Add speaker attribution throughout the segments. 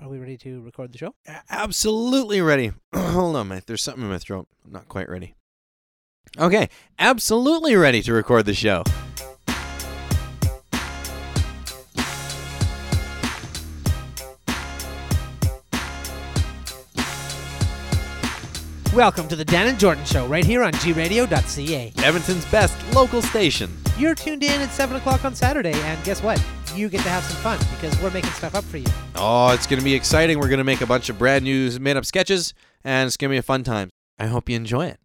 Speaker 1: Are we ready to record the show?
Speaker 2: A- absolutely ready. Hold on, my, there's something in my throat. I'm not quite ready. Okay, absolutely ready to record the show.
Speaker 1: Welcome to the Dan and Jordan Show, right here on gradio.ca.
Speaker 2: Edmonton's best local station.
Speaker 1: You're tuned in at 7 o'clock on Saturday, and guess what? You get to have some fun because we're making stuff up for you.
Speaker 2: Oh, it's going to be exciting. We're going to make a bunch of brand new made up sketches, and it's going to be a fun time. I hope you enjoy it.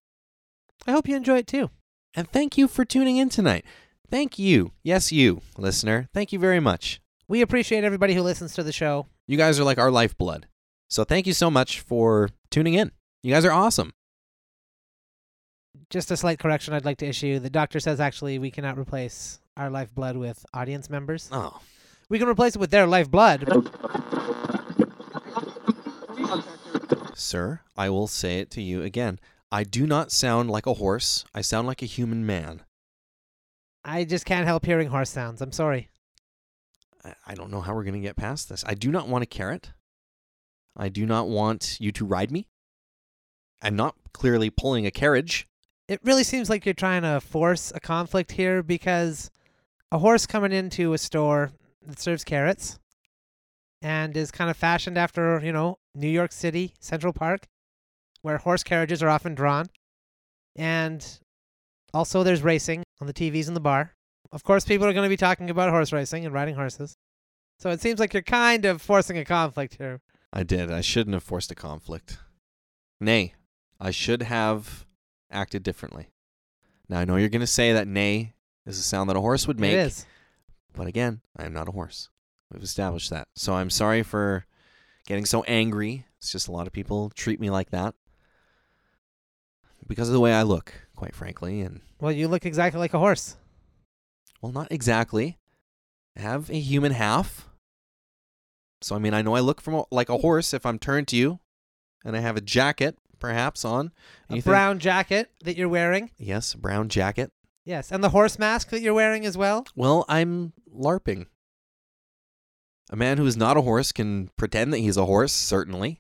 Speaker 1: I hope you enjoy it too.
Speaker 2: And thank you for tuning in tonight. Thank you. Yes, you, listener. Thank you very much.
Speaker 1: We appreciate everybody who listens to the show.
Speaker 2: You guys are like our lifeblood. So thank you so much for tuning in. You guys are awesome.
Speaker 1: Just a slight correction I'd like to issue. The doctor says actually we cannot replace our lifeblood with audience members.
Speaker 2: Oh.
Speaker 1: We can replace it with their lifeblood.
Speaker 2: Sir, I will say it to you again. I do not sound like a horse. I sound like a human man.
Speaker 1: I just can't help hearing horse sounds. I'm sorry.
Speaker 2: I, I don't know how we're going to get past this. I do not want a carrot. I do not want you to ride me. I'm not clearly pulling a carriage.
Speaker 1: It really seems like you're trying to force a conflict here because a horse coming into a store that serves carrots and is kind of fashioned after, you know, New York City, Central Park, where horse carriages are often drawn. And also there's racing on the TVs in the bar. Of course, people are going to be talking about horse racing and riding horses. So it seems like you're kind of forcing a conflict here.
Speaker 2: I did. I shouldn't have forced a conflict. Nay, I should have acted differently. Now, I know you're going to say that nay is a sound that a horse would make.
Speaker 1: It is.
Speaker 2: But again, I am not a horse. We've established that. So I'm sorry for getting so angry. It's just a lot of people treat me like that because of the way I look, quite frankly. And,
Speaker 1: Well, you look exactly like a horse.
Speaker 2: well, not exactly. I have a human half. So, I mean, I know I look from a, like a horse if I'm turned to you and I have a jacket perhaps on.
Speaker 1: A
Speaker 2: and you think-
Speaker 1: brown jacket that you're wearing.
Speaker 2: yes, a brown jacket.
Speaker 1: Yes, and the horse mask that you're wearing as well.
Speaker 2: Well, I'm LARPing. A man who is not a horse can pretend that he's a horse, certainly.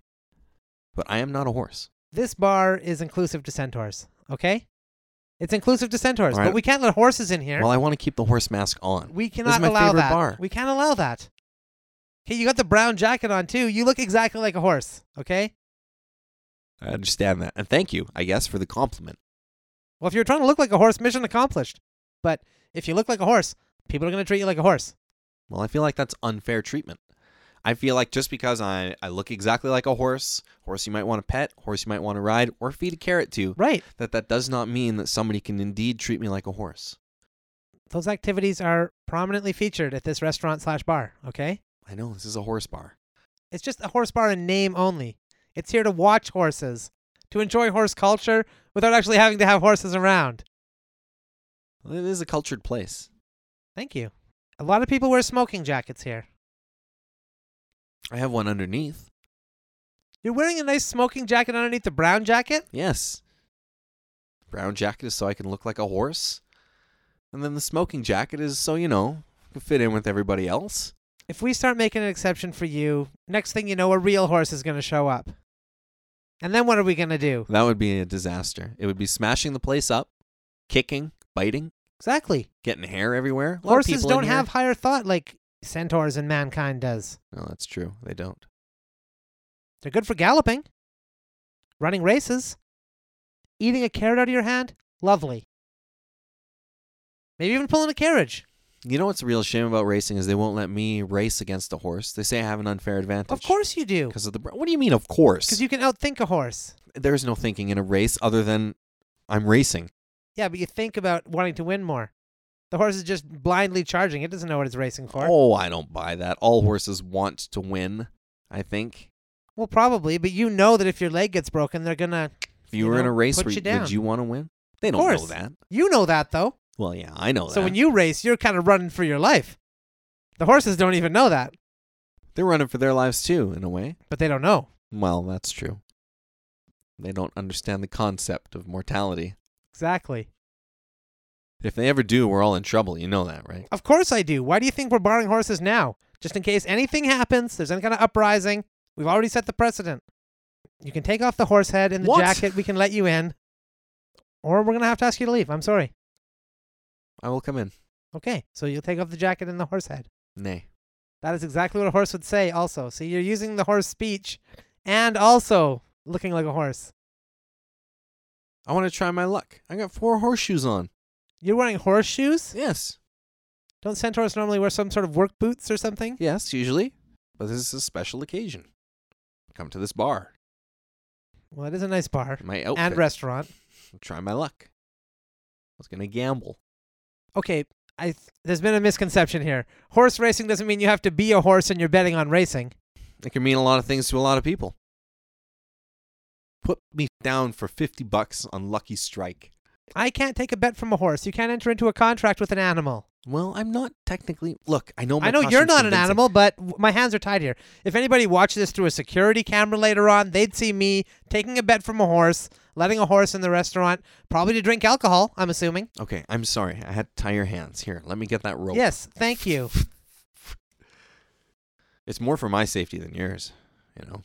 Speaker 2: But I am not a horse.
Speaker 1: This bar is inclusive to centaurs, okay? It's inclusive to centaurs,
Speaker 2: All right.
Speaker 1: but we can't let horses in here.
Speaker 2: Well, I want to keep the horse mask on.
Speaker 1: we cannot
Speaker 2: my
Speaker 1: allow
Speaker 2: favorite
Speaker 1: that.
Speaker 2: bar.
Speaker 1: We can't allow that. Okay, you got the brown jacket on too. You look exactly like a horse, okay?
Speaker 2: I understand that. And thank you, I guess, for the compliment.
Speaker 1: Well, if you're trying to look like a horse, mission accomplished. But if you look like a horse, people are going to treat you like a horse.
Speaker 2: Well, I feel like that's unfair treatment. I feel like just because I, I look exactly like a horse, horse you might want to pet, horse you might want to ride, or feed a carrot to,
Speaker 1: Right.
Speaker 2: that that does not mean that somebody can indeed treat me like a horse.
Speaker 1: Those activities are prominently featured at this restaurant slash bar, okay?
Speaker 2: I know this is a horse bar.
Speaker 1: It's just a horse bar in name only. It's here to watch horses, to enjoy horse culture without actually having to have horses around.
Speaker 2: It is a cultured place.
Speaker 1: Thank you. A lot of people wear smoking jackets here.
Speaker 2: I have one underneath.
Speaker 1: You're wearing a nice smoking jacket underneath the brown jacket?
Speaker 2: Yes. Brown jacket is so I can look like a horse. And then the smoking jacket is so, you know, I can fit in with everybody else.
Speaker 1: If we start making an exception for you, next thing you know, a real horse is going to show up. And then what are we going to do?
Speaker 2: That would be a disaster. It would be smashing the place up, kicking, biting,
Speaker 1: Exactly.
Speaker 2: getting hair everywhere. A lot of
Speaker 1: Horses
Speaker 2: people in
Speaker 1: don't
Speaker 2: here-
Speaker 1: have higher thought like centaurs and mankind does.
Speaker 2: No, that's true. They don't.
Speaker 1: They're good for galloping, running races, eating a carrot out of your hand. Lovely. Maybe even pulling a carriage.
Speaker 2: You know what's a real shame about racing is they won't let me race against a horse. They say I have an unfair advantage.
Speaker 1: Of course you do.
Speaker 2: Because of the br- What do you mean of course?
Speaker 1: Because you can outthink a horse.
Speaker 2: There's no thinking in a race other than I'm racing.
Speaker 1: Yeah, but you think about wanting to win more. The horse is just blindly charging. It doesn't know what it's racing for.
Speaker 2: Oh, I don't buy that. All
Speaker 1: Hmm.
Speaker 2: horses want to win, I think.
Speaker 1: Well, probably, but you know that if your leg gets broken, they're going to.
Speaker 2: If you,
Speaker 1: you
Speaker 2: were in
Speaker 1: know,
Speaker 2: a race,
Speaker 1: put
Speaker 2: where
Speaker 1: you
Speaker 2: you
Speaker 1: down.
Speaker 2: did you want to win? They don't know
Speaker 1: course.
Speaker 2: that.
Speaker 1: You know that, though.
Speaker 2: Well, yeah, I know that.
Speaker 1: So when you race, you're kind of running for your life. The horses don't even know that,
Speaker 2: they're running for their lives too, in a way.
Speaker 1: but they don't know.
Speaker 2: Well, that's true. They don't understand the concept of mortality.
Speaker 1: Exactly.
Speaker 2: If they ever do, we're all in trouble. You know that, right?
Speaker 1: Of course I do. Why do you think we're borrowing horses now? Just in case anything happens, there's any kind of uprising, We've already set the precedent. You can take off the horse head and the
Speaker 2: What?
Speaker 1: jacket. We can let you in. Or we're going to have to ask you to leave. I'm sorry.
Speaker 2: I will come in.
Speaker 1: Okay. So you'll take off the jacket and the horse head.
Speaker 2: Nay.
Speaker 1: That is exactly what a horse would say, also. So you're using the horse speech and also looking like a horse.
Speaker 2: I want to try my luck. I got four horseshoes on.
Speaker 1: You're wearing horseshoes?
Speaker 2: Yes.
Speaker 1: Don't centaurs normally wear some sort of work boots or something?
Speaker 2: Yes, usually. But this is a special occasion. Come to this bar.
Speaker 1: Well, it is a nice bar
Speaker 2: My outfit.
Speaker 1: and restaurant.
Speaker 2: Try my luck. I was going to gamble.
Speaker 1: Okay. I th- there's been a misconception here. Horse racing doesn't mean you have to be a horse and you're betting on racing.
Speaker 2: It can mean a lot of things to a lot of people. Put me down for 50 bucks on Lucky Strike.
Speaker 1: I can't take a bet from a horse. You can't enter into a contract with an animal.
Speaker 2: Well, I'm not technically. Look, I know Oh my
Speaker 1: I know you're
Speaker 2: costume's
Speaker 1: not an
Speaker 2: convincing.
Speaker 1: animal, but w- my hands are tied here. If anybody watched this through a security camera later on, they'd see me taking a bet from a horse, letting a horse in the restaurant, probably to drink alcohol, I'm assuming.
Speaker 2: Okay, I'm sorry. I had to tie your hands. Here, let me get that rope.
Speaker 1: Yes, thank you.
Speaker 2: It's more for my safety than yours, you know?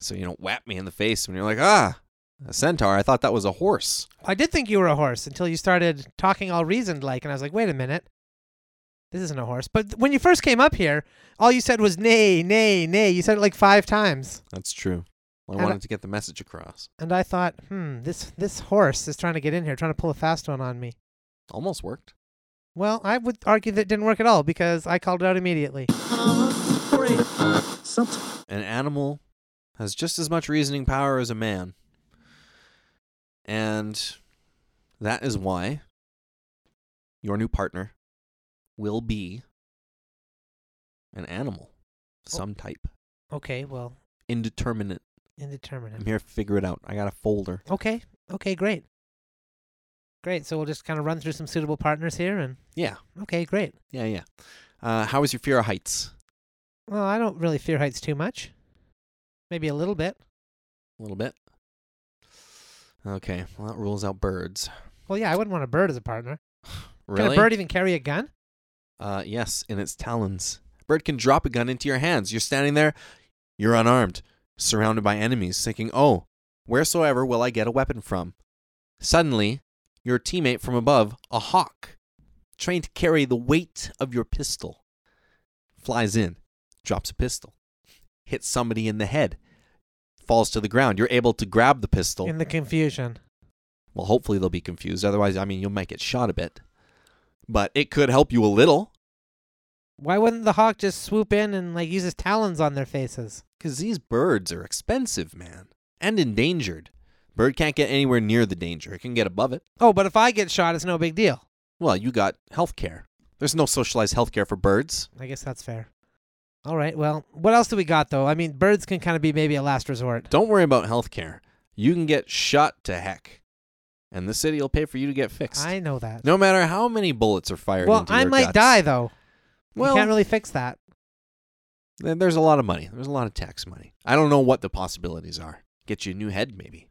Speaker 2: So you don't whap me in the face when you're like, ah, a centaur. I thought that was a horse.
Speaker 1: I did think you were a horse until you started talking all reasoned like, and I was like, wait a minute. This isn't a horse. But th- when you first came up here, all you said was nay, nay, nay. You said it like five times.
Speaker 2: That's true. Well,
Speaker 1: And
Speaker 2: I
Speaker 1: I-
Speaker 2: wanted to get the message across.
Speaker 1: And I thought, hmm, this, this horse is trying to get in here, trying to pull a fast one on me.
Speaker 2: Almost worked.
Speaker 1: Well, I would argue that it didn't work at all because I called it out immediately.
Speaker 2: An animal has just as much reasoning power as a man. And that is why your new partner will be an animal, some type,
Speaker 1: Okay, well,
Speaker 2: indeterminate. I'm
Speaker 1: indeterminate.
Speaker 2: here to figure it out. I got a folder.
Speaker 1: Okay, okay, great. Great, so we'll just kind of run through some suitable partners here and
Speaker 2: Yeah,
Speaker 1: okay, great.
Speaker 2: yeah, yeah. Uh, how is your fear of heights?
Speaker 1: Well, I don't really fear heights too much. Maybe a little bit.
Speaker 2: A little bit. Okay, well that rules out birds.
Speaker 1: Well, yeah, I wouldn't want a bird as a partner.
Speaker 2: Really?
Speaker 1: Can a bird even carry a gun?
Speaker 2: Uh, yes, in its talons. Bird can drop a gun into your hands. You're standing there, you're unarmed, surrounded by enemies, thinking, "Oh, wheresoever will I get a weapon from?" Suddenly, your teammate from above, a hawk, trained to carry the weight of your pistol, flies in, drops a pistol, hits somebody in the head, falls to the ground. You're able to grab the pistol.
Speaker 1: In the confusion.
Speaker 2: Well, hopefully they'll be confused. Otherwise, I mean, you'll might get shot a bit, but it could help you a little.
Speaker 1: Why wouldn't the hawk just swoop in and like use his talons on their faces?
Speaker 2: Because these birds are expensive, man, and endangered. Bird can't get anywhere near the danger. It can get above it.
Speaker 1: Oh, but if I get shot, it's no big deal.
Speaker 2: Well, you got health care. There's no socialized health care for birds.
Speaker 1: I guess that's fair. All right, well, what else do we got though? I mean, birds can kind of be maybe a last resort.
Speaker 2: Don't worry about health care. You can get shot to heck, and the city will pay for you to get fixed.
Speaker 1: I know that.
Speaker 2: no matter how many bullets are fired
Speaker 1: well,
Speaker 2: into
Speaker 1: I
Speaker 2: your
Speaker 1: might
Speaker 2: guts.
Speaker 1: die though.
Speaker 2: Well,
Speaker 1: you can't really fix that.
Speaker 2: th- there's a lot of money. There's a lot of tax money. I don't know what the possibilities are. Get you a new head, maybe.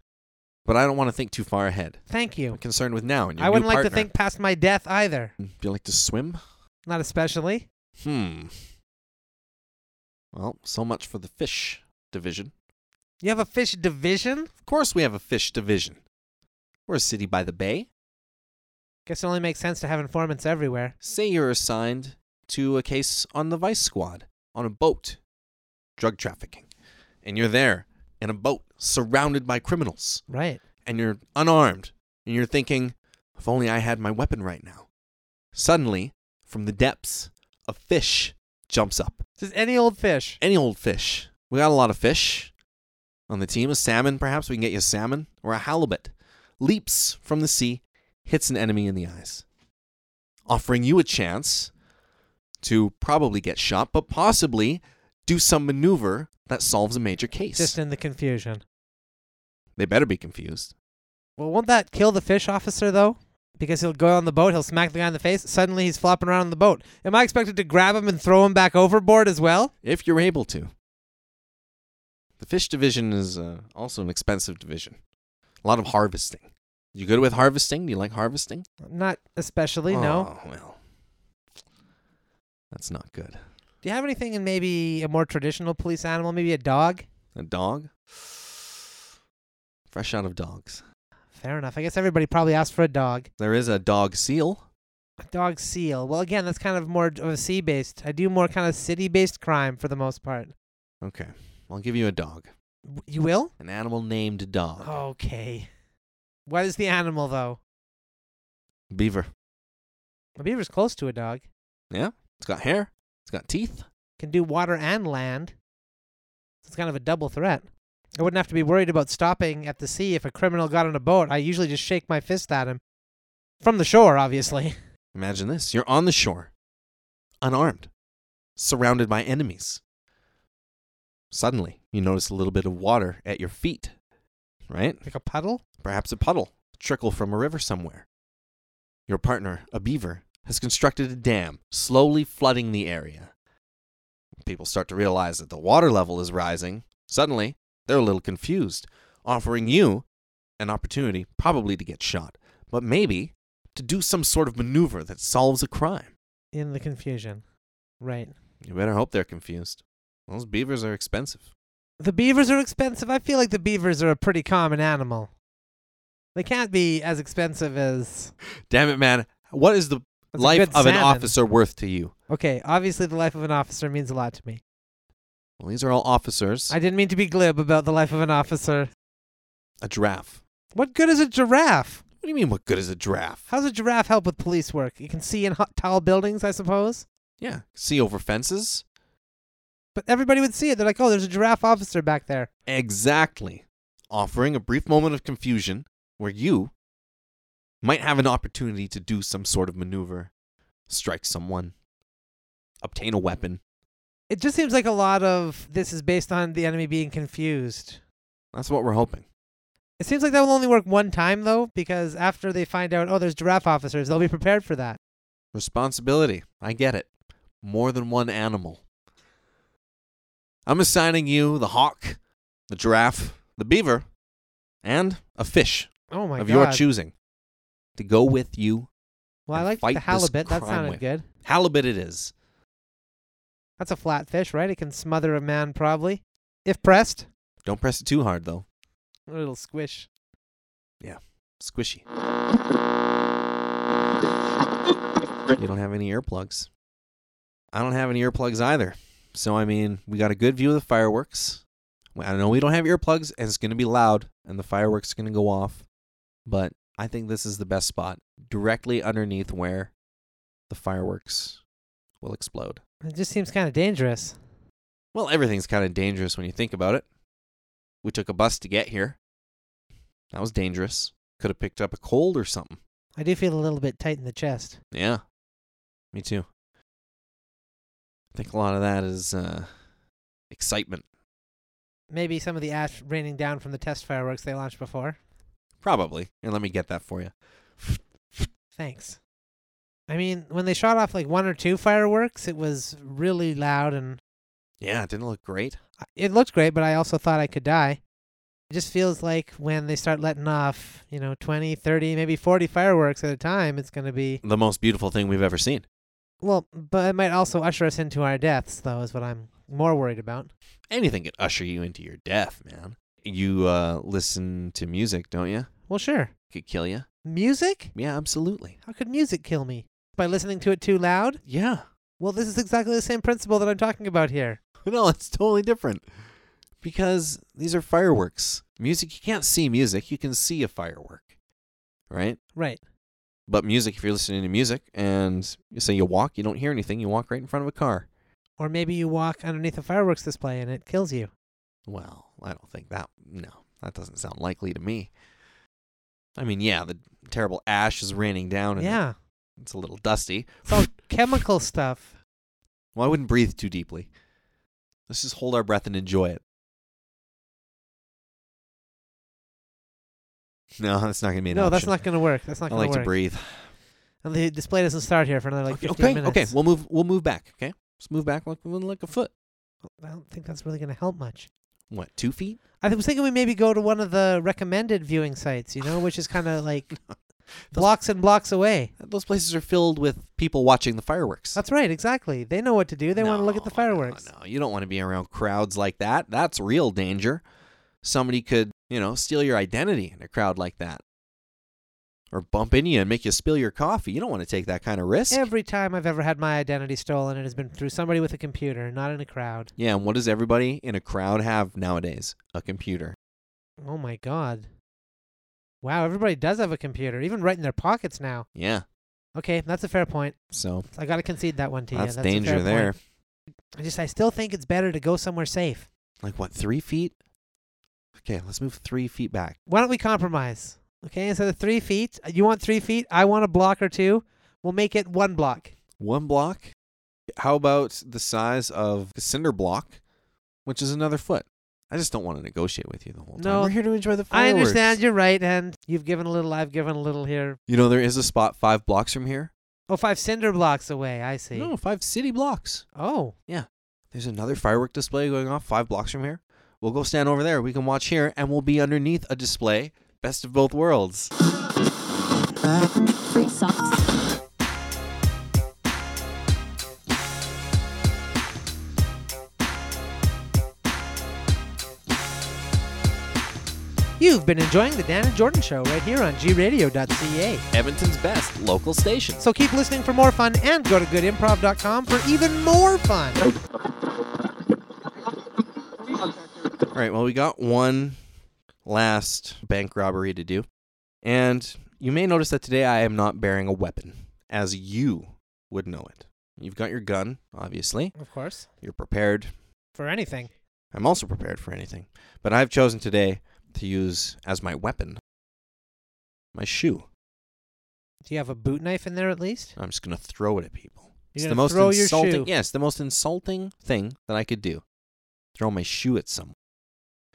Speaker 2: But I don't want to think too far ahead.
Speaker 1: Thank
Speaker 2: I'm
Speaker 1: you.
Speaker 2: concerned with now and your
Speaker 1: I
Speaker 2: new
Speaker 1: wouldn't like to
Speaker 2: partner.
Speaker 1: think past my death either.
Speaker 2: Do you like to swim?
Speaker 1: Not especially.
Speaker 2: Hmm. Well, so much for the fish division.
Speaker 1: You have a fish division?
Speaker 2: Of course, we have a fish division. We're a city by the bay.
Speaker 1: Guess it only makes sense to have informants everywhere.
Speaker 2: Say you're assigned to a case on the vice squad, on a boat, drug trafficking, and you're there in a boat surrounded by criminals,
Speaker 1: Right.
Speaker 2: and you're unarmed, and you're thinking, if only I had my weapon right now. Suddenly, from the depths, a fish jumps up.
Speaker 1: Just any old fish.
Speaker 2: any old fish. We got a lot of fish on the team. A salmon, perhaps we can get you a salmon or a halibut. Leaps from the sea, hits an enemy in the eyes, offering you a chance to probably get shot, but possibly do some maneuver that solves a major case.
Speaker 1: Just in the confusion.
Speaker 2: they better be confused.
Speaker 1: Well, won't that kill the fish officer though? Because he'll go on the boat, he'll smack the guy in the face. Suddenly, he's flopping around on the boat. Am I expected to grab him and throw him back overboard as well?
Speaker 2: if you're able to. The fish division is uh, also an expensive division. A lot of harvesting. You good with harvesting? Do you like harvesting?
Speaker 1: Not especially. No.
Speaker 2: Oh, well. That's not good.
Speaker 1: Do you have anything in maybe a more traditional police animal? Maybe a dog?
Speaker 2: A dog? Fresh out of dogs.
Speaker 1: Fair enough. I guess everybody probably asked for a dog.
Speaker 2: There is a dog seal.
Speaker 1: A dog seal. Well, again, that's kind of more of a sea based. I do more kind of city based crime for the most part.
Speaker 2: Okay. I'll give you a dog.
Speaker 1: W- You will?
Speaker 2: An animal named dog.
Speaker 1: Oh. Okay. What is the animal, though?
Speaker 2: Beaver.
Speaker 1: A beaver's close to a dog.
Speaker 2: It's got hair. It's got teeth.
Speaker 1: Can do water and land. So It's kind of a double threat. I wouldn't have to be worried about stopping at the sea if a criminal got on a boat. I usually just shake my fist at him. From the shore, obviously.
Speaker 2: Imagine this. You're on the shore, unarmed, surrounded by enemies. Suddenly, you notice a little bit of water at your feet, right?
Speaker 1: Like a puddle?
Speaker 2: Perhaps a puddle, trickle from a river somewhere. Your partner, a beaver, has constructed a dam, slowly flooding the area. People start to realize that the water level is rising. Suddenly, they're a little confused, offering you an opportunity probably to get shot, but maybe to do some sort of maneuver that solves a crime.
Speaker 1: In the confusion. Right.
Speaker 2: You better hope they're confused. Those beavers are expensive.
Speaker 1: The beavers are expensive. I feel like the beavers are a pretty common animal. They can't be as expensive as
Speaker 2: Damn it, man. What is the
Speaker 1: as a
Speaker 2: life
Speaker 1: good
Speaker 2: of an
Speaker 1: salmon.
Speaker 2: officer worth to you?
Speaker 1: Okay, obviously the life of an officer means a lot to me.
Speaker 2: Well, these are all officers.
Speaker 1: I didn't mean to be glib about the life of an officer.
Speaker 2: A giraffe.
Speaker 1: What good is a giraffe?
Speaker 2: What do you mean, what good is a giraffe?
Speaker 1: How does a giraffe help with police work? You can see in hot, tall buildings, I suppose.
Speaker 2: Yeah. See over fences?
Speaker 1: But everybody would see it. They're like, "Oh, there's a giraffe officer back there."
Speaker 2: Exactly. Offering a brief moment of confusion where you might have an opportunity to do some sort of maneuver, strike someone, obtain a weapon.
Speaker 1: It just seems like a lot of this is based on the enemy being confused.
Speaker 2: That's what we're hoping.
Speaker 1: It seems like that will only work one time though, because after they find out, "Oh, there's giraffe officers," they'll be prepared for that.
Speaker 2: Responsibility. I get it. More than one animal. I'm assigning you the hawk, the giraffe, the beaver, and a fish
Speaker 1: Oh my
Speaker 2: of
Speaker 1: god!
Speaker 2: your choosing to go with you
Speaker 1: well, I
Speaker 2: and
Speaker 1: like
Speaker 2: fight
Speaker 1: the
Speaker 2: this
Speaker 1: halibut. That
Speaker 2: crime
Speaker 1: sounded
Speaker 2: wave.
Speaker 1: good.
Speaker 2: Halibut it is.
Speaker 1: That's a flat fish, right? It can smother a man probably if pressed.
Speaker 2: Don't press it too hard though.
Speaker 1: A little squish.
Speaker 2: Squishy. You don't have any earplugs. I don't have any earplugs either. So I mean, we got a good view of the fireworks. Well, I know we don't have earplugs and it's going to be loud and the fireworks are going to go off, but I think this is the best spot directly underneath where the fireworks will explode.
Speaker 1: It just seems kind of dangerous.
Speaker 2: Well, everything's kind of dangerous when you think about it. We took a bus to get here. That was dangerous. Could have picked up a cold or something.
Speaker 1: I do feel a little bit tight in the chest.
Speaker 2: Yeah. Me too. I think a lot of that is uh, excitement.
Speaker 1: Maybe some of the ash raining down from the test fireworks they launched before.
Speaker 2: Probably. And let me get that for you.
Speaker 1: Thanks. I mean, when they shot off like one or two fireworks, it was really loud and
Speaker 2: Yeah, it didn't look great.
Speaker 1: I- it looked great, but I also thought I could die. It just feels like when they start letting off, you know, 20, 30, maybe 40 fireworks at a time, it's going to be.
Speaker 2: The most beautiful thing we've ever seen.
Speaker 1: Well, but it might also usher us into our deaths, though, is what I'm more worried about.
Speaker 2: Anything could usher you into your death, man. You uh, listen to music, don't you?
Speaker 1: Well, sure.
Speaker 2: Could kill you.
Speaker 1: Music?
Speaker 2: Yeah, absolutely.
Speaker 1: How could music kill me? By listening to it too loud?
Speaker 2: Yeah.
Speaker 1: Well, this is exactly the same principle that I'm talking about here.
Speaker 2: No, it's totally different. Because these are fireworks. Music, you can't see music, you can see a firework. Right?
Speaker 1: Right.
Speaker 2: But music, if you're listening to music and you say you walk, you don't hear anything, you walk right in front of a car.
Speaker 1: Or maybe you walk underneath a fireworks display and it kills you.
Speaker 2: Well, I don't think that, no, that doesn't sound likely to me. I mean, yeah, the terrible ash is raining down and
Speaker 1: Yeah.
Speaker 2: it's a little dusty.
Speaker 1: It's all chemical stuff.
Speaker 2: Well, I wouldn't breathe too deeply. Let's just hold our breath and enjoy it. No, that's not going to be an
Speaker 1: no, that's
Speaker 2: option.
Speaker 1: not going to work. That's not
Speaker 2: I
Speaker 1: going
Speaker 2: like
Speaker 1: work.
Speaker 2: to breathe.
Speaker 1: And the display doesn't start here for another like
Speaker 2: okay,
Speaker 1: 15
Speaker 2: okay,
Speaker 1: minutes.
Speaker 2: okay, we'll move. We'll move back. Okay, let's move back like like a foot.
Speaker 1: I don't think that's really going to help much.
Speaker 2: What? Two feet?
Speaker 1: I was thinking we maybe go to one of the recommended viewing sites, you know, which is kind of like blocks and blocks away.
Speaker 2: Those places are filled with people watching the fireworks.
Speaker 1: That's right, exactly. They know what to do. They want to look at the
Speaker 2: No, no,
Speaker 1: fireworks.
Speaker 2: No, you don't want to be around crowds like that. That's real danger. Somebody could, you know, steal your identity in a crowd like that. Or bump into you and make you spill your coffee. You don't want to take that kind of risk.
Speaker 1: Every time I've ever had my identity stolen, it has been through somebody with a computer, not in a crowd.
Speaker 2: yeah, and what does everybody in a crowd have nowadays? A computer.
Speaker 1: Oh my god. Wow, everybody does have a computer, even right in their pockets now.
Speaker 2: Yeah.
Speaker 1: Okay, that's a fair point.
Speaker 2: So
Speaker 1: I got to concede that one to you.
Speaker 2: that's,
Speaker 1: That's a fair
Speaker 2: danger
Speaker 1: point.
Speaker 2: there.
Speaker 1: I just I still think it's better to go somewhere safe.
Speaker 2: Like what, three feet? Okay, let's move three feet back.
Speaker 1: Why don't we compromise? Okay, instead of three feet, uh, you want three feet. I want a block or two. We'll make it one block.
Speaker 2: One block. How about the size of the cinder block, which is another foot? I just don't want to negotiate with you the whole time.
Speaker 1: No.
Speaker 2: We're here to enjoy the
Speaker 1: I
Speaker 2: fireworks.
Speaker 1: understand you're right, and you've given a little. I've given a little here.
Speaker 2: You know, there is a spot five blocks from here.
Speaker 1: Oh, five cinder blocks away. I see.
Speaker 2: No, five city blocks.
Speaker 1: Oh,
Speaker 2: There's another firework display going off five blocks from here. We'll go stand over there. We can watch here, and we'll be underneath a display. Best of both worlds.
Speaker 3: Free socks.
Speaker 1: you've been enjoying the Dan and Jordan show right here on gradio.ca.
Speaker 2: Edmonton's best local station.
Speaker 1: So keep listening for more fun, and go to goodimprov.com for even more fun.
Speaker 2: All right, well, we got one last bank robbery to do. And you may notice that today I am not bearing a weapon, as you would know it. You've got your gun, obviously.
Speaker 1: Of course,
Speaker 2: You're prepared.
Speaker 1: for anything.
Speaker 2: I'm also prepared for anything. But I've chosen today to use as my weapon my shoe.
Speaker 1: Do you have a boot knife in there at least?
Speaker 2: I'm just going to throw it at people.
Speaker 1: You're
Speaker 2: it's the
Speaker 1: gonna
Speaker 2: most
Speaker 1: throw your
Speaker 2: insulting.
Speaker 1: shoe.
Speaker 2: Yeah, it's the most insulting thing that I could do. Throw my shoe at someone.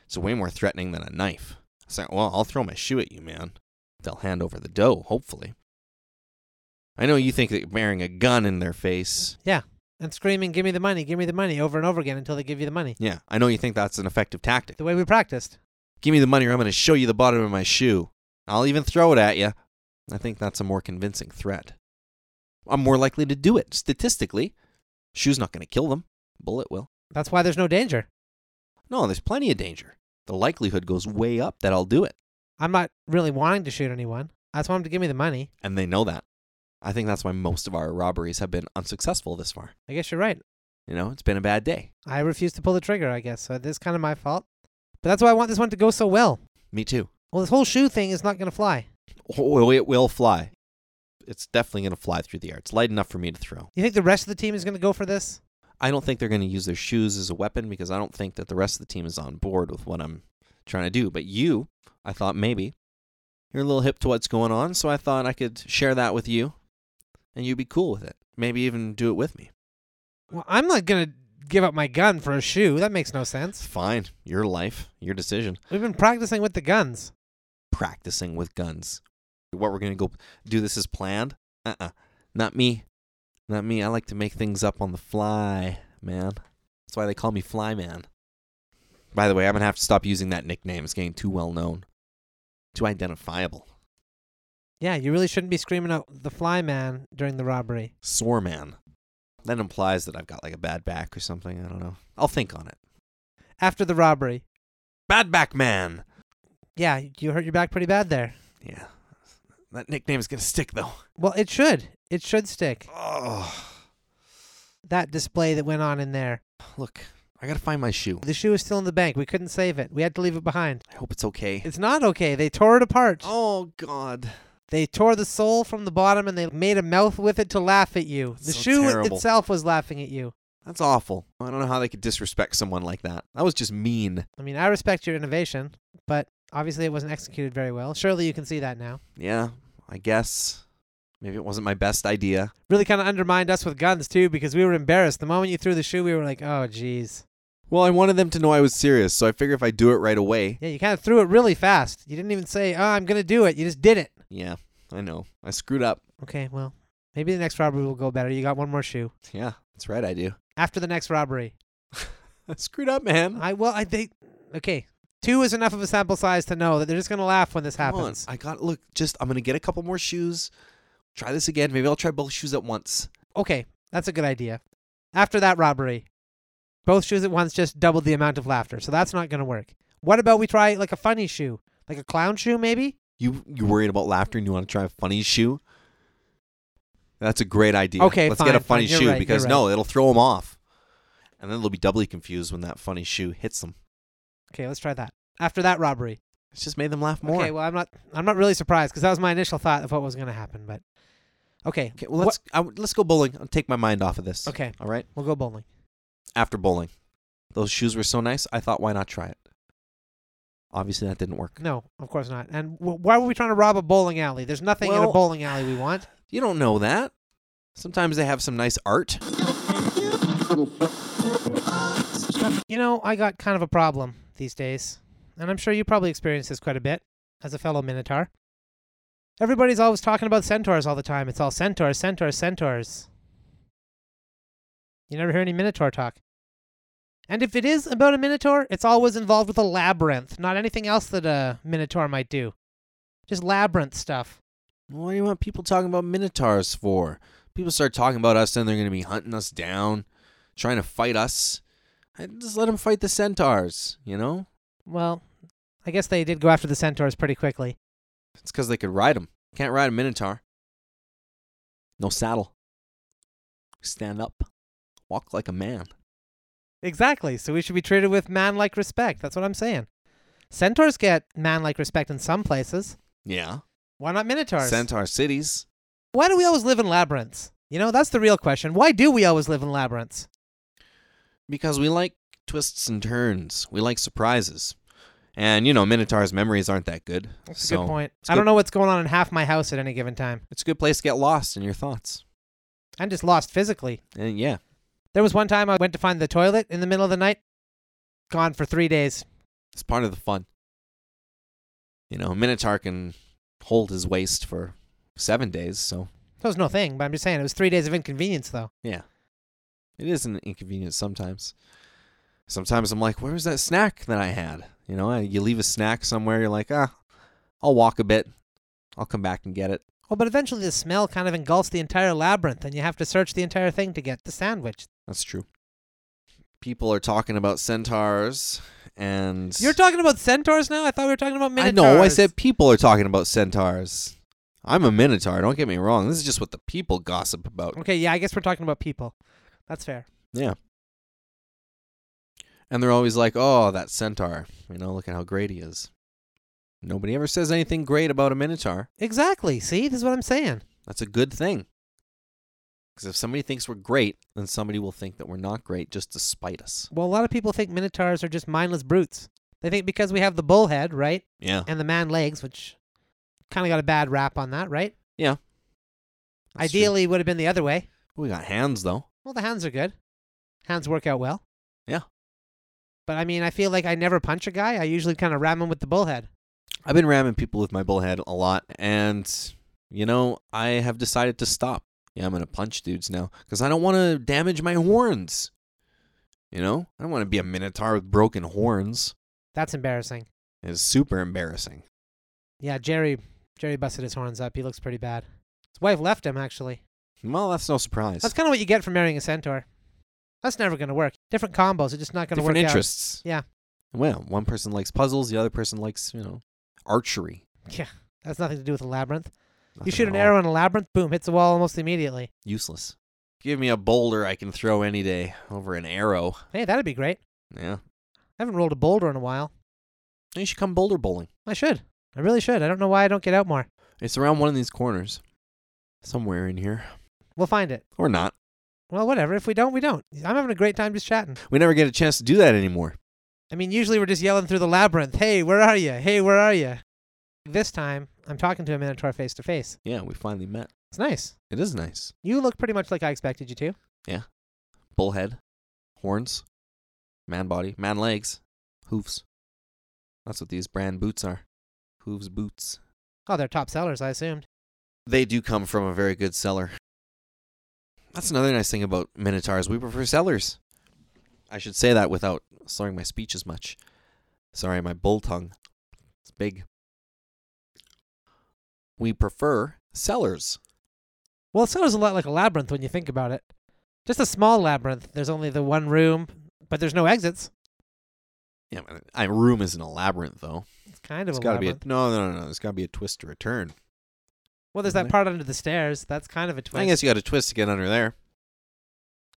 Speaker 2: It's way more threatening than a knife. It's like, well, I'll throw my shoe at you, man. They'll hand over the dough, hopefully. I know you think that bearing a gun in their face.
Speaker 1: Yeah, and screaming, "Give me the money! Give me the money!" over and over again until they give you the money.
Speaker 2: Yeah, I know you think that's an effective tactic.
Speaker 1: The way we practiced.
Speaker 2: Give me the money or I'm going to show you the bottom of my shoe. I'll even throw it at you. I think that's a more convincing threat. I'm more likely to do it statistically. Shoe's not going to kill them. Bullet will.
Speaker 1: That's why there's no danger.
Speaker 2: No, there's plenty of danger. The likelihood goes way up that I'll do it.
Speaker 1: I'm not really wanting to shoot anyone. I just want him to give me the money.
Speaker 2: And they know that. I think that's why most of our robberies have been unsuccessful this far.
Speaker 1: I guess you're right.
Speaker 2: You know, it's been a bad day.
Speaker 1: I refuse to pull the trigger, I guess. So this is kind of my fault. But that's why I want this one to go so well.
Speaker 2: Me too.
Speaker 1: Well, this whole shoe thing is not going to fly.
Speaker 2: Oh, it will fly. It's definitely going to fly through the air. It's light enough for me to throw.
Speaker 1: You think the rest of the team is going to go for this?
Speaker 2: I don't think they're going to use their shoes as a weapon because I don't think that the rest of the team is on board with what I'm trying to do. But you, I thought maybe you're a little hip to what's going on, so I thought I could share that with you and you'd be cool with it. Maybe even do it with me.
Speaker 1: Well, I'm not going to give up my gun for a shoe. That makes no
Speaker 2: It's
Speaker 1: sense.
Speaker 2: fine. Your life, your decision.
Speaker 1: We've been practicing with the guns.
Speaker 2: Practicing with guns. What we're gonna go do? This is planned. Uh uh Not me. Not me. I like to make things up on the fly, man. That's why they call me Fly Man. By the way, I'm gonna have to stop using that nickname. It's getting too well known, too identifiable.
Speaker 1: Yeah, you really shouldn't be screaming out the fly man during the robbery.
Speaker 2: Sore Man. That implies that I've got like a bad back or something. I don't know. I'll think on it.
Speaker 1: After the robbery.
Speaker 2: Bad back man.
Speaker 1: Yeah, you hurt your back pretty bad there.
Speaker 2: Yeah. That nickname is gonna stick though.
Speaker 1: Well, it should. It should stick.
Speaker 2: Oh.
Speaker 1: That display that went on in there.
Speaker 2: Look, I gotta find my shoe.
Speaker 1: The shoe is still in the bank. We couldn't save it. We had to leave it behind.
Speaker 2: I hope it's okay.
Speaker 1: It's not okay. They tore it apart.
Speaker 2: Oh God.
Speaker 1: They tore the soul from the bottom and they made a mouth with it to laugh at you. The
Speaker 2: So
Speaker 1: shoe i-
Speaker 2: terrible.
Speaker 1: itself was laughing at you.
Speaker 2: That's awful. I don't know how they could disrespect someone like that. That was just mean.
Speaker 1: I mean, I respect your innovation, but obviously it wasn't executed very well. Surely you can see that now.
Speaker 2: Yeah, I guess. Maybe it wasn't my best idea.
Speaker 1: Really kind of undermined us with guns too because we were embarrassed. The moment you threw the shoe, we were like, "Oh jeez."
Speaker 2: Well, I wanted them to know I was serious, so I figure if I do it right away.
Speaker 1: Yeah, you kind of threw it really fast. You didn't even say, "Oh, I'm going to do it." You just did it.
Speaker 2: Yeah, I know. I screwed up.
Speaker 1: Okay, well, maybe the next robbery will go better. You got one more shoe.
Speaker 2: Yeah, that's right, I do.
Speaker 1: After the next robbery.
Speaker 2: I screwed up, man.
Speaker 1: I well, I think okay, Two is enough of a sample size to know that they're just gonna laugh when this
Speaker 2: Come on,
Speaker 1: happens.
Speaker 2: I got look. Just I'm gonna get a couple more shoes. Try this again. Maybe I'll try both shoes at once.
Speaker 1: Okay, that's a good idea. After that robbery, both shoes at once just doubled the amount of laughter, so that's not gonna work. What about we try like a funny shoe, like a clown shoe, maybe?
Speaker 2: You you worried about laughter and you want to try a funny shoe? That's a great idea.
Speaker 1: Okay,
Speaker 2: let's get a
Speaker 1: fine,
Speaker 2: funny
Speaker 1: fine, you're
Speaker 2: shoe
Speaker 1: right, you're
Speaker 2: because no, it'll throw them off, and then they'll be doubly confused when that funny shoe hits them.
Speaker 1: Okay, let's try that. After that robbery.
Speaker 2: It's just made them laugh more.
Speaker 1: Okay, well I'm not I'm not really surprised because that was my initial thought of what was gonna happen, but okay,
Speaker 2: Okay, well let's I, let's go bowling. I'll take my mind off of this.
Speaker 1: okay,
Speaker 2: All right.
Speaker 1: we'll go bowling.
Speaker 2: After bowling, those shoes were so nice. I thought, why not try it? Obviously, that didn't work.
Speaker 1: No, of course not. And w- why were we trying to rob a bowling alley? There's nothing in a
Speaker 2: Well-
Speaker 1: bowling alley we want.
Speaker 2: You don't know that. Sometimes they have some nice art.
Speaker 1: You know, I got kind of a problem these days, and I'm sure you probably experience this quite a bit as a fellow Minotaur. Everybody's always talking about centaurs all the time. It's all centaurs, centaurs, centaurs. You never hear any Minotaur talk. And if it is about a Minotaur, it's always involved with a labyrinth, not anything else that a Minotaur might do. Just labyrinth stuff.
Speaker 2: What do you want people talking about minotaurs for? People start talking about us, then they're going to be hunting us down, trying to fight us. I just let them fight the centaurs, you know?
Speaker 1: Well, I guess they did go after the centaurs pretty quickly.
Speaker 2: It's because they could ride them. Can't ride a minotaur. No saddle. Stand up. Walk like a man.
Speaker 1: Exactly. So we should be treated with man like respect. That's what I'm saying. Centaurs get man like respect in some places.
Speaker 2: Yeah.
Speaker 1: Why not Minotaurs?
Speaker 2: Centaur cities.
Speaker 1: Why do we always live in labyrinths? You know, that's the real question. Why do we always live in labyrinths?
Speaker 2: Because we like twists and turns. We like surprises. And, you know, minotaurs' memories aren't that good.
Speaker 1: That's a
Speaker 2: so
Speaker 1: good point.
Speaker 2: it's
Speaker 1: I
Speaker 2: good-
Speaker 1: don't know what's going on in half my house at any given time.
Speaker 2: It's a good place to get lost in your thoughts.
Speaker 1: I'm just lost physically.
Speaker 2: And yeah.
Speaker 1: There was one time I went to find the toilet in the middle of the night, gone for three days.
Speaker 2: It's part of the fun. You know, Minotaur can hold his waist for seven days, so
Speaker 1: That was no thing, but I'm just saying it was three days of inconvenience, though.
Speaker 2: it is an inconvenience sometimes. Sometimes I'm like, where was that snack that I had? You know, I- you leave a snack somewhere, you're like, ah, I'll walk a bit. I'll come back and get it.
Speaker 1: Well, Oh, but eventually the smell kind of engulfs the entire labyrinth, and you have to search the entire thing to get the sandwich.
Speaker 2: That's true. People are talking about centaurs and.
Speaker 1: You're talking about centaurs now? I thought we were talking about
Speaker 2: I
Speaker 1: minotaurs.
Speaker 2: know, I said people are talking about centaurs. I'm a Minotaur, don't get me wrong. This is just what the people gossip about.
Speaker 1: Okay, yeah, I guess we're talking about people. That's fair.
Speaker 2: Yeah. And they're always like, oh, that centaur. You know, look at how great he is. Nobody ever says anything great about a minotaur.
Speaker 1: Exactly. See, this is what I'm saying.
Speaker 2: That's a good thing. Because if somebody thinks we're great, then somebody will think that we're not great just to spite us.
Speaker 1: Well, a lot of people think minotaurs are just mindless brutes. They think because we have the bull head, right,
Speaker 2: Yeah.
Speaker 1: and the man legs, which kind of got a bad rap on that, right?
Speaker 2: Yeah. That's true.
Speaker 1: Ideally, would have been the other way.
Speaker 2: We got hands, though.
Speaker 1: Well, the hands are good. Hands work out well.
Speaker 2: Yeah.
Speaker 1: But I mean, I feel like I never punch a guy. I usually kind of ram him with the bull head.
Speaker 2: I've been ramming people with my bullhead a lot. And, you know, I have decided to stop. Yeah, I'm going to punch dudes now because I don't want to damage my horns. You know, I don't want to be a minotaur with broken horns.
Speaker 1: That's embarrassing.
Speaker 2: is super embarrassing.
Speaker 1: Yeah, Jerry. Jerry busted his horns up. He looks pretty bad. His wife left him actually.
Speaker 2: Well, that's no surprise.
Speaker 1: That's kind of what you get for marrying a centaur. That's never going to work. Different combos are just not going to work
Speaker 2: Different interests.
Speaker 1: Yeah.
Speaker 2: Well, one person likes puzzles, the other person likes, you know, archery.
Speaker 1: out. That's nothing to do with a labyrinth.
Speaker 2: Nothing
Speaker 1: you shoot
Speaker 2: at
Speaker 1: an
Speaker 2: all.
Speaker 1: arrow in a labyrinth, boom, hits the wall almost immediately.
Speaker 2: Useless. Give me a boulder I can throw any day over an arrow.
Speaker 1: Hey, that'd be great.
Speaker 2: Yeah.
Speaker 1: I haven't rolled a boulder in a while.
Speaker 2: You should come boulder bowling.
Speaker 1: I should. I really should. I don't know why I don't get out more.
Speaker 2: It's around one of these corners. Somewhere in here.
Speaker 1: We'll find it.
Speaker 2: Or not.
Speaker 1: Well, whatever. If we don't, we don't. I'm having a great time just chatting.
Speaker 2: We never get a chance to do that anymore.
Speaker 1: I mean, usually we're just yelling through the labyrinth, hey, where are you? Hey, where are you? This time, I'm talking to a Minotaur face to face.
Speaker 2: Yeah, we finally met.
Speaker 1: It's nice.
Speaker 2: It is nice.
Speaker 1: You look pretty much like I expected you to.
Speaker 2: Bullhead, horns, man body, man legs, hoofs. That's what these brand boots are. Hooves boots.
Speaker 1: Oh, they're top sellers, I assumed.
Speaker 2: they do come from a very good seller. That's another nice thing about Minotaurs. We prefer sellers. I should say that without slurring my speech as much. Sorry, my bull tongue. It's big. We prefer cellars.
Speaker 1: Well, it sounds a lot like a labyrinth when you think about it. Just a small labyrinth. There's only the one room, but there's no exits.
Speaker 2: Yeah, but a room isn't a labyrinth though.
Speaker 1: It's kind of
Speaker 2: It's
Speaker 1: a
Speaker 2: got to be a,
Speaker 1: labyrinth.
Speaker 2: no, no, no, no. It's got to be a twist or a turn.
Speaker 1: well, there's
Speaker 2: isn't
Speaker 1: that
Speaker 2: it?
Speaker 1: part under the stairs. That's kind of a twist.
Speaker 2: I guess you got to twist to get under there.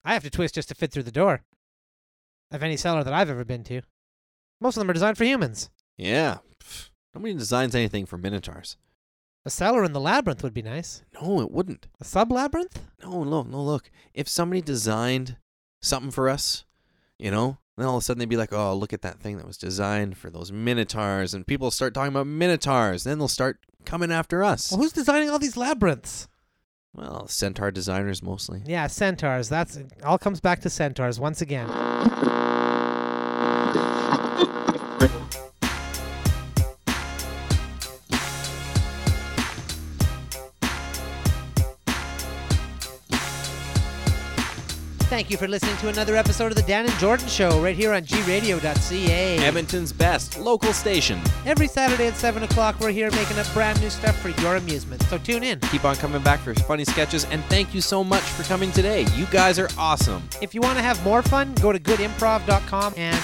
Speaker 1: I have to twist just to fit through the door of any cellar that I've ever been to. Most of them are designed for humans.
Speaker 2: Yeah. Pff, Nobody designs anything for minotaurs.
Speaker 1: A cellar in the labyrinth would be nice.
Speaker 2: No, it wouldn't.
Speaker 1: A sub labyrinth?
Speaker 2: No, no, no. Look, if somebody designed something for us, you know, then all of a sudden they'd be like, "Oh, look at that thing that was designed for those minotaurs," and people start talking about minotaurs. Then they'll start coming after us.
Speaker 1: Well, who's designing all these labyrinths?
Speaker 2: Well, centaur designers mostly.
Speaker 1: Yeah, centaurs. That's it all comes back to centaurs once again. Thank you for listening to another episode of the Dan and Jordan Show right here on gradio.ca.
Speaker 2: Edmonton's best local station.
Speaker 1: Every Saturday at 7 o'clock, we're here making up brand new stuff for your amusement. So tune in.
Speaker 2: Keep on coming back for funny sketches, and thank you so much for coming today. You guys are awesome.
Speaker 1: If you want to have more fun, go to goodimprov.com and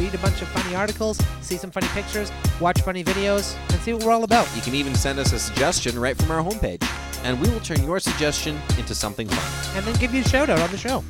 Speaker 1: read a bunch of funny articles, see some funny pictures, watch funny videos, and see what we're all about.
Speaker 2: You can even send us a suggestion right from our homepage, and we will turn your suggestion into something fun.
Speaker 1: And then give you a shout out on the show.